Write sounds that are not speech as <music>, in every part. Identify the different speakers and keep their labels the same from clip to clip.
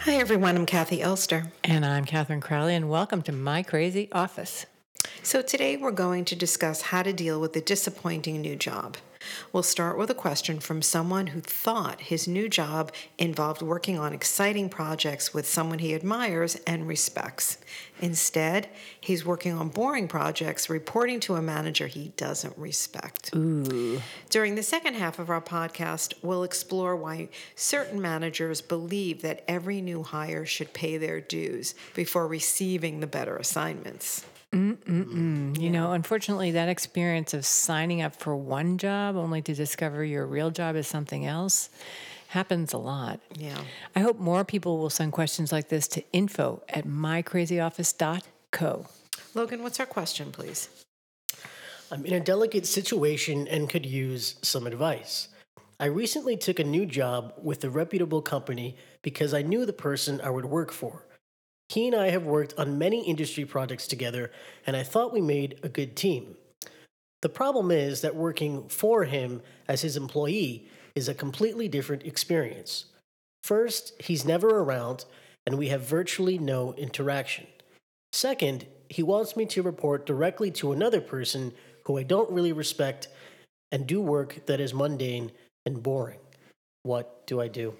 Speaker 1: Hi, everyone. I'm Kathy Elster.
Speaker 2: And I'm Catherine Crowley, and welcome to My Crazy Office.
Speaker 1: So, today we're going to discuss how to deal with a disappointing new job. We'll start with a question from someone who thought his new job involved working on exciting projects with someone he admires and respects. Instead, he's working on boring projects, reporting to a manager he doesn't respect. During the second half of our podcast, we'll explore why certain managers believe that every new hire should pay their dues before receiving the better assignments.
Speaker 2: You know, unfortunately, that experience of signing up for one job only to discover your real job is something else happens a lot.
Speaker 1: Yeah.
Speaker 2: I hope more people will send questions like this to info at mycrazyoffice.co.
Speaker 1: Logan, what's our question, please?
Speaker 3: I'm in a delicate situation and could use some advice. I recently took a new job with a reputable company because I knew the person I would work for. He and I have worked on many industry projects together, and I thought we made a good team. The problem is that working for him as his employee is a completely different experience. First, he's never around, and we have virtually no interaction. Second, he wants me to report directly to another person who I don't really respect and do work that is mundane and boring. What do I do?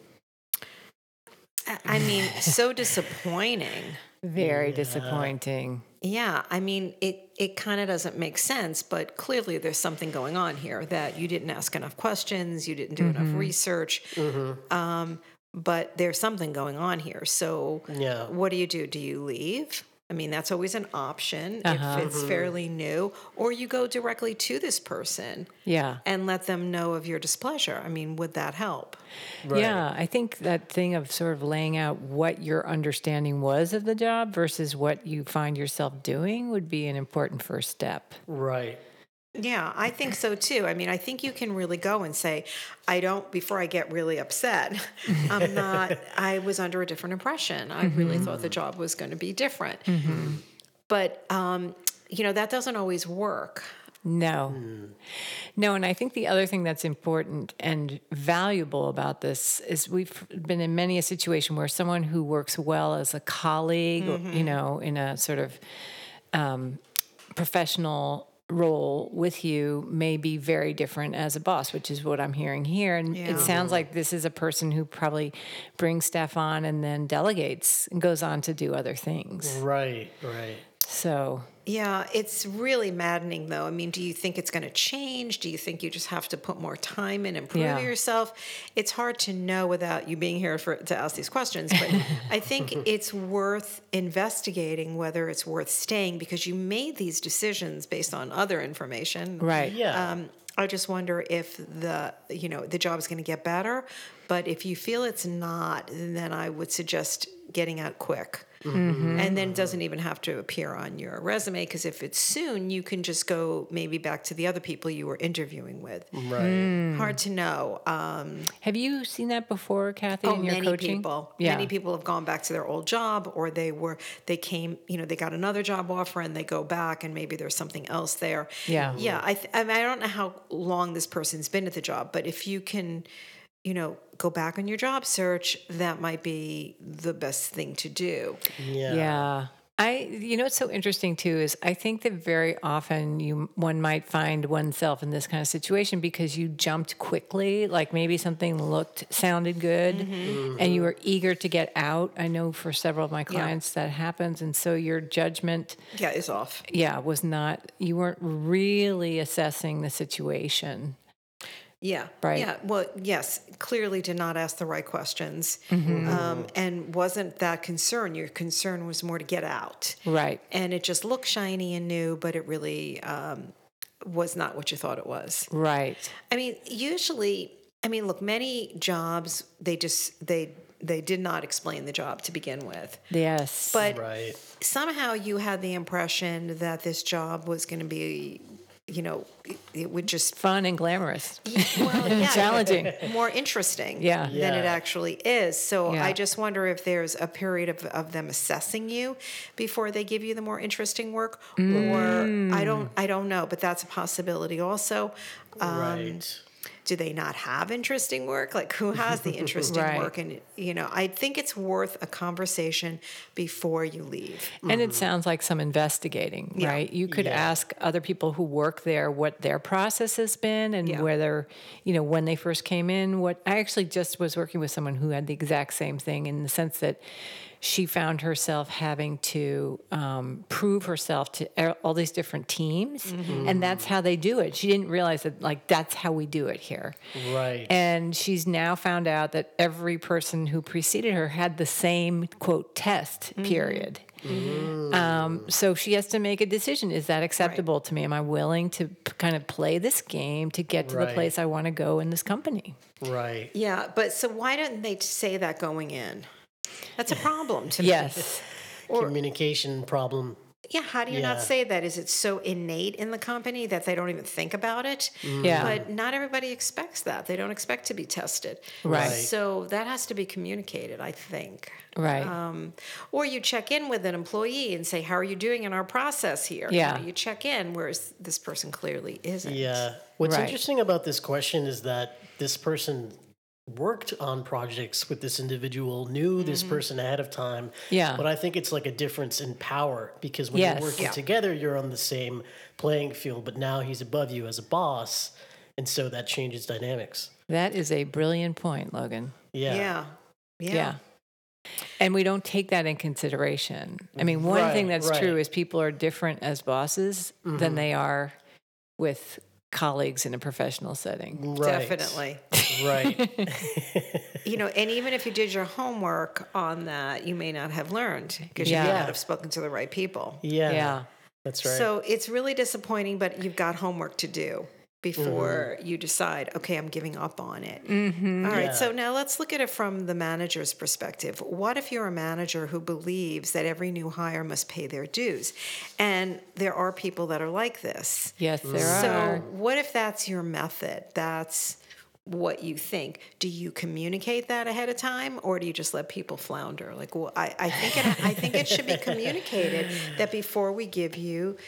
Speaker 1: I- I mean, so disappointing.
Speaker 2: Very disappointing.
Speaker 1: Yeah, I mean, it it kind of doesn't make sense, but clearly there's something going on here that you didn't ask enough questions, you didn't do enough research.
Speaker 3: Mm-hmm.
Speaker 1: Um, but there's something going on here. So,
Speaker 3: Yeah.
Speaker 1: what do you do? Do you leave? I mean, that's always an option if it's fairly new, or you go directly to this person
Speaker 2: Yeah.
Speaker 1: and let them know of your displeasure. I mean, would that help?
Speaker 2: Yeah, I think that thing of sort of laying out what your understanding was of the job versus what you find yourself doing would be an important first step.
Speaker 3: Right.
Speaker 1: Yeah, I think so too. I mean, I think you can really go and say, I don't, before I get really upset, I'm not, I was under a different impression. I really thought the job was going to be different. But, um, you know, that doesn't always work.
Speaker 2: No. No, and I think the other thing that's important and valuable about this is we've been in many a situation where someone who works well as a colleague, or, you know, in a sort of um, professional role with you may be very different as a boss, which is what I'm hearing here. And
Speaker 1: Yeah.
Speaker 2: it sounds like this is a person who probably brings staff on and then delegates and goes on to do other things.
Speaker 3: Right. Right.
Speaker 2: So
Speaker 1: Yeah, it's really maddening though. I mean, do you think it's going to change? Do you think you just have to put more time in and prove
Speaker 2: Yeah.
Speaker 1: yourself? It's hard to know without you being here for, to ask these questions,
Speaker 2: <laughs>
Speaker 1: but I think it's worth investigating whether it's worth staying because you made these decisions based on other information.
Speaker 2: Right.
Speaker 3: Yeah.
Speaker 1: Um, I just wonder if the you know the job is going to get better, but if you feel it's not, then I would suggest getting out quick. And then it doesn't even have to appear on your resume because if it's soon, you can just go maybe back to the other people you were interviewing with.
Speaker 3: right.
Speaker 1: Hard to know. Um,
Speaker 2: have you seen that before, Kathy, in
Speaker 1: Oh,
Speaker 2: your
Speaker 1: many
Speaker 2: coaching?
Speaker 1: people.
Speaker 2: Yeah.
Speaker 1: Many people have gone back to their old job, or they were they came. You know, they got another job offer, and they go back, and maybe there's something else there.
Speaker 2: Yeah.
Speaker 1: yeah. I th- I, mean, I don't know how long this person's been at the job, but if you can, you know, go back on your job search, that might be the best thing to do.
Speaker 3: Yeah.
Speaker 2: Yeah. I you know what's so interesting too is I think that very often you one might find oneself in this kind of situation because you jumped quickly like maybe something looked sounded good
Speaker 1: Mm-hmm.
Speaker 2: and you were eager to get out. I know for several of my clients that happens and so your judgment
Speaker 1: Yeah, is off.
Speaker 2: yeah was not you weren't really assessing the situation.
Speaker 1: Yeah.
Speaker 2: Right.
Speaker 1: Yeah. Well, yes. Clearly, did not ask the right questions,
Speaker 2: Mm-hmm.
Speaker 1: um, and wasn't that concern. Your concern was more to get out.
Speaker 2: Right.
Speaker 1: and it just looked shiny and new, but it really um, was not what you thought it was.
Speaker 2: Right.
Speaker 1: I mean, usually, I mean, look, many jobs they just they they did not explain the job to begin with,
Speaker 2: Yes.
Speaker 1: but
Speaker 3: Right.
Speaker 1: somehow you had the impression that this job was going to be you know it, it would just
Speaker 2: fun and glamorous
Speaker 1: <laughs>
Speaker 2: <laughs>
Speaker 1: well,
Speaker 2: and
Speaker 1: yeah,
Speaker 2: challenging.
Speaker 1: more interesting
Speaker 2: Yeah.
Speaker 1: than it
Speaker 3: Yeah.
Speaker 1: actually is so
Speaker 2: Yeah.
Speaker 1: i just wonder if there's a period of, of them assessing you before they give you the more interesting work
Speaker 2: Mm.
Speaker 1: or i don't i don't know but that's a possibility also um,
Speaker 3: right.
Speaker 1: do they not have interesting work? Like, who has <laughs> the interesting
Speaker 2: Right.
Speaker 1: work? And, you know, I think it's worth a conversation before you leave.
Speaker 2: And it sounds like some investigating, right? You could ask other people who work there what their process has been and
Speaker 1: Yeah.
Speaker 2: whether, you know, when they first came in, what I actually just was working with someone who had the exact same thing in the sense that she found herself having to um, prove herself to a- all these different teams. And that's how they do it. She didn't realize that, like, that's how we do it here.
Speaker 3: Right.
Speaker 2: And she's now found out that every person who preceded her had the same quote test period. Um, so she has to make a decision. Is that acceptable to me? Am I willing to p- kind of play this game to get to the
Speaker 3: Right.
Speaker 2: place I want to go in this company?
Speaker 3: Right.
Speaker 1: Yeah, but so why didn't they say that going in? That's a problem to me.
Speaker 2: Yes.
Speaker 3: Communication problem.
Speaker 1: Yeah, how do you not
Speaker 3: Yeah.
Speaker 1: say that? Is it so innate in the company that they don't even think about it?
Speaker 3: Mm.
Speaker 2: Yeah.
Speaker 1: But not everybody expects that. They don't expect to be tested.
Speaker 2: Right.
Speaker 1: So that has to be communicated, I think.
Speaker 2: <laughs> Right.
Speaker 1: Um, or you check in with an employee and say, How are you doing in our process here? You
Speaker 2: Yeah.
Speaker 1: know, You, check in, whereas this person clearly isn't.
Speaker 3: Yeah. What's
Speaker 2: Right.
Speaker 3: interesting about this question is that this person worked on projects with this individual, knew this person ahead of time.
Speaker 2: Mm-hmm. Yeah.
Speaker 3: But I think it's like a difference in power because when
Speaker 2: Yes.
Speaker 3: you're working
Speaker 1: Yeah.
Speaker 3: together, you're on the same playing field, but now he's above you as a boss. And so that changes dynamics.
Speaker 2: that is a brilliant point, Logan.
Speaker 3: Yeah.
Speaker 1: Yeah.
Speaker 2: Yeah. And we don't take that in consideration. I mean, one thing
Speaker 3: Right,
Speaker 2: that's
Speaker 3: right.
Speaker 2: true is people are different as bosses than they are with colleagues in a professional setting.
Speaker 3: Right.
Speaker 1: Definitely.
Speaker 2: <laughs>
Speaker 3: Right.
Speaker 1: you know, and even if you did your homework on that, you may not have learned because you
Speaker 2: Yeah.
Speaker 1: may not have spoken to the right people.
Speaker 3: yeah.
Speaker 2: yeah.
Speaker 3: That's right.
Speaker 1: So it's really disappointing, but you've got homework to do before
Speaker 3: Mm-hmm.
Speaker 1: you decide, okay, I'm giving up on it. All right, so now let's look at it from the manager's perspective. What if you're a manager who believes that every new hire must pay their dues? And there are people that are like this.
Speaker 2: Yes, there
Speaker 1: So,
Speaker 2: are.
Speaker 1: what if that's your method? That's what you think. Do you communicate that ahead of time, or do you just let people flounder? Like, well, I, I think it, I think it should be communicated that before we give you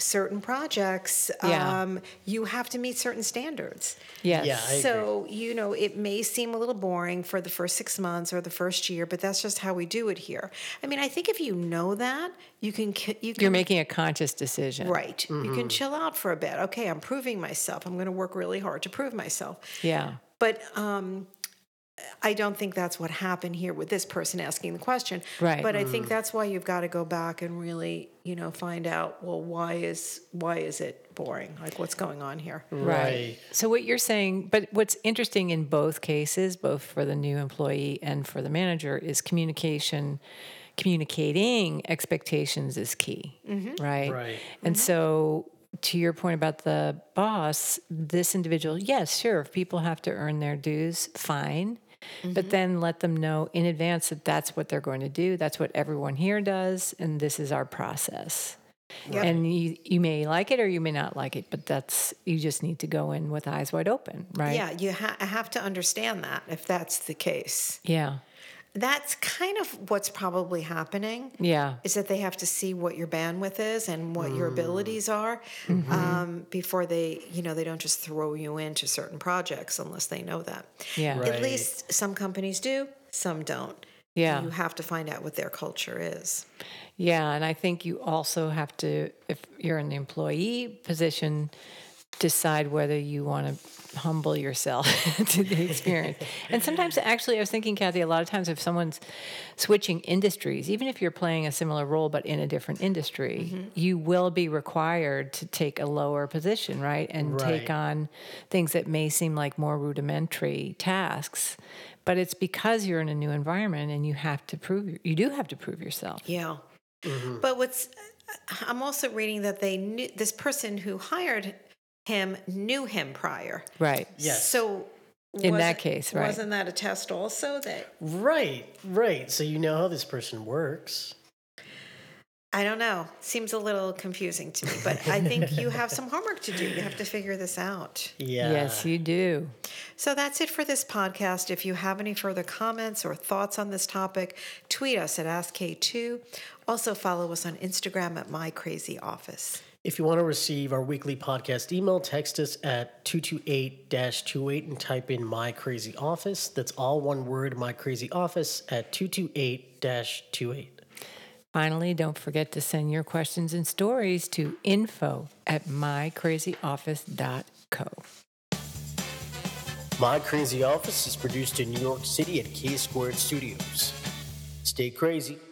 Speaker 1: certain projects,
Speaker 2: Yeah.
Speaker 1: um, you have to meet certain standards.
Speaker 2: Yes.
Speaker 3: Yeah, I- agree.
Speaker 1: so you know, it may seem a little boring for the first six months or the first year, but that's just how we do it here. I mean, I think if you know that, you can c- you can
Speaker 2: You're making a conscious decision.
Speaker 1: Right. You can chill out for a bit. Okay, I'm proving myself. I'm going to work really hard to prove myself.
Speaker 2: Yeah.
Speaker 1: But um, I don't think that's what happened here with this person asking the question.
Speaker 2: Right.
Speaker 1: But I think that's why you've got to go back and really, you know, find out. Well, why is why is it boring? Like, what's going on here?
Speaker 3: Right.
Speaker 2: So what you're saying, but what's interesting in both cases, both for the new employee and for the manager, is communication. Communicating expectations is key, right?
Speaker 3: Right.
Speaker 2: And so, to your point about the boss, this individual, yes, sure, if people have to earn their dues, fine. But then let them know in advance that that's what they're going to do. That's what everyone here does, and this is our process. And you, you may like it or you may not like it, but that's you just need to go in with eyes wide open, right?
Speaker 1: Yeah, you ha- have to understand that if that's the case.
Speaker 2: yeah,
Speaker 1: That's kind of what's probably happening.
Speaker 2: yeah.
Speaker 1: is that they have to see what your bandwidth is and what
Speaker 2: Mm.
Speaker 1: your abilities are
Speaker 2: Mm-hmm.
Speaker 1: um, before they, you know, they don't just throw you into certain projects unless they know that.
Speaker 2: Yeah.
Speaker 1: At
Speaker 3: Right.
Speaker 1: least some companies do, some don't.
Speaker 2: Yeah.
Speaker 1: You have to find out what their culture is.
Speaker 2: Yeah, and I think you also have to, if you're in the employee position, decide whether you want to humble yourself <laughs> to the experience. and sometimes, actually, I was thinking, Kathy, a lot of times if someone's switching industries, even if you're playing a similar role but in a different industry, you will be required to take a lower position, right? And take
Speaker 3: Right.
Speaker 2: on things that may seem like more rudimentary tasks. But it's because you're in a new environment and you have to prove, you do have to prove yourself.
Speaker 1: Yeah.
Speaker 2: Mm-hmm.
Speaker 1: But what's I'm also reading that they knew this person who hired him knew him prior.
Speaker 2: Right.
Speaker 3: Yes.
Speaker 1: So
Speaker 2: In that
Speaker 1: wasn't-
Speaker 2: case, right.
Speaker 1: Wasn't that a test also that
Speaker 3: Right. Right. So you know how this person works.
Speaker 1: I don't know. Seems a little confusing to me, but I think you have some homework to do. You have to figure this out.
Speaker 3: Yeah.
Speaker 2: Yes, you do.
Speaker 1: So that's it for this podcast. If you have any further comments or thoughts on this topic, tweet us at AskK2. Also, follow us on Instagram at My Crazy Office.
Speaker 3: If you want to receive our weekly podcast email, text us at 228 28 and type in My Crazy Office. That's all one word, My Crazy Office at 228 28.
Speaker 2: Finally, don't forget to send your questions and stories to info at mycrazyoffice.co.
Speaker 3: My Crazy Office is produced in New York City at K Squared Studios. Stay crazy.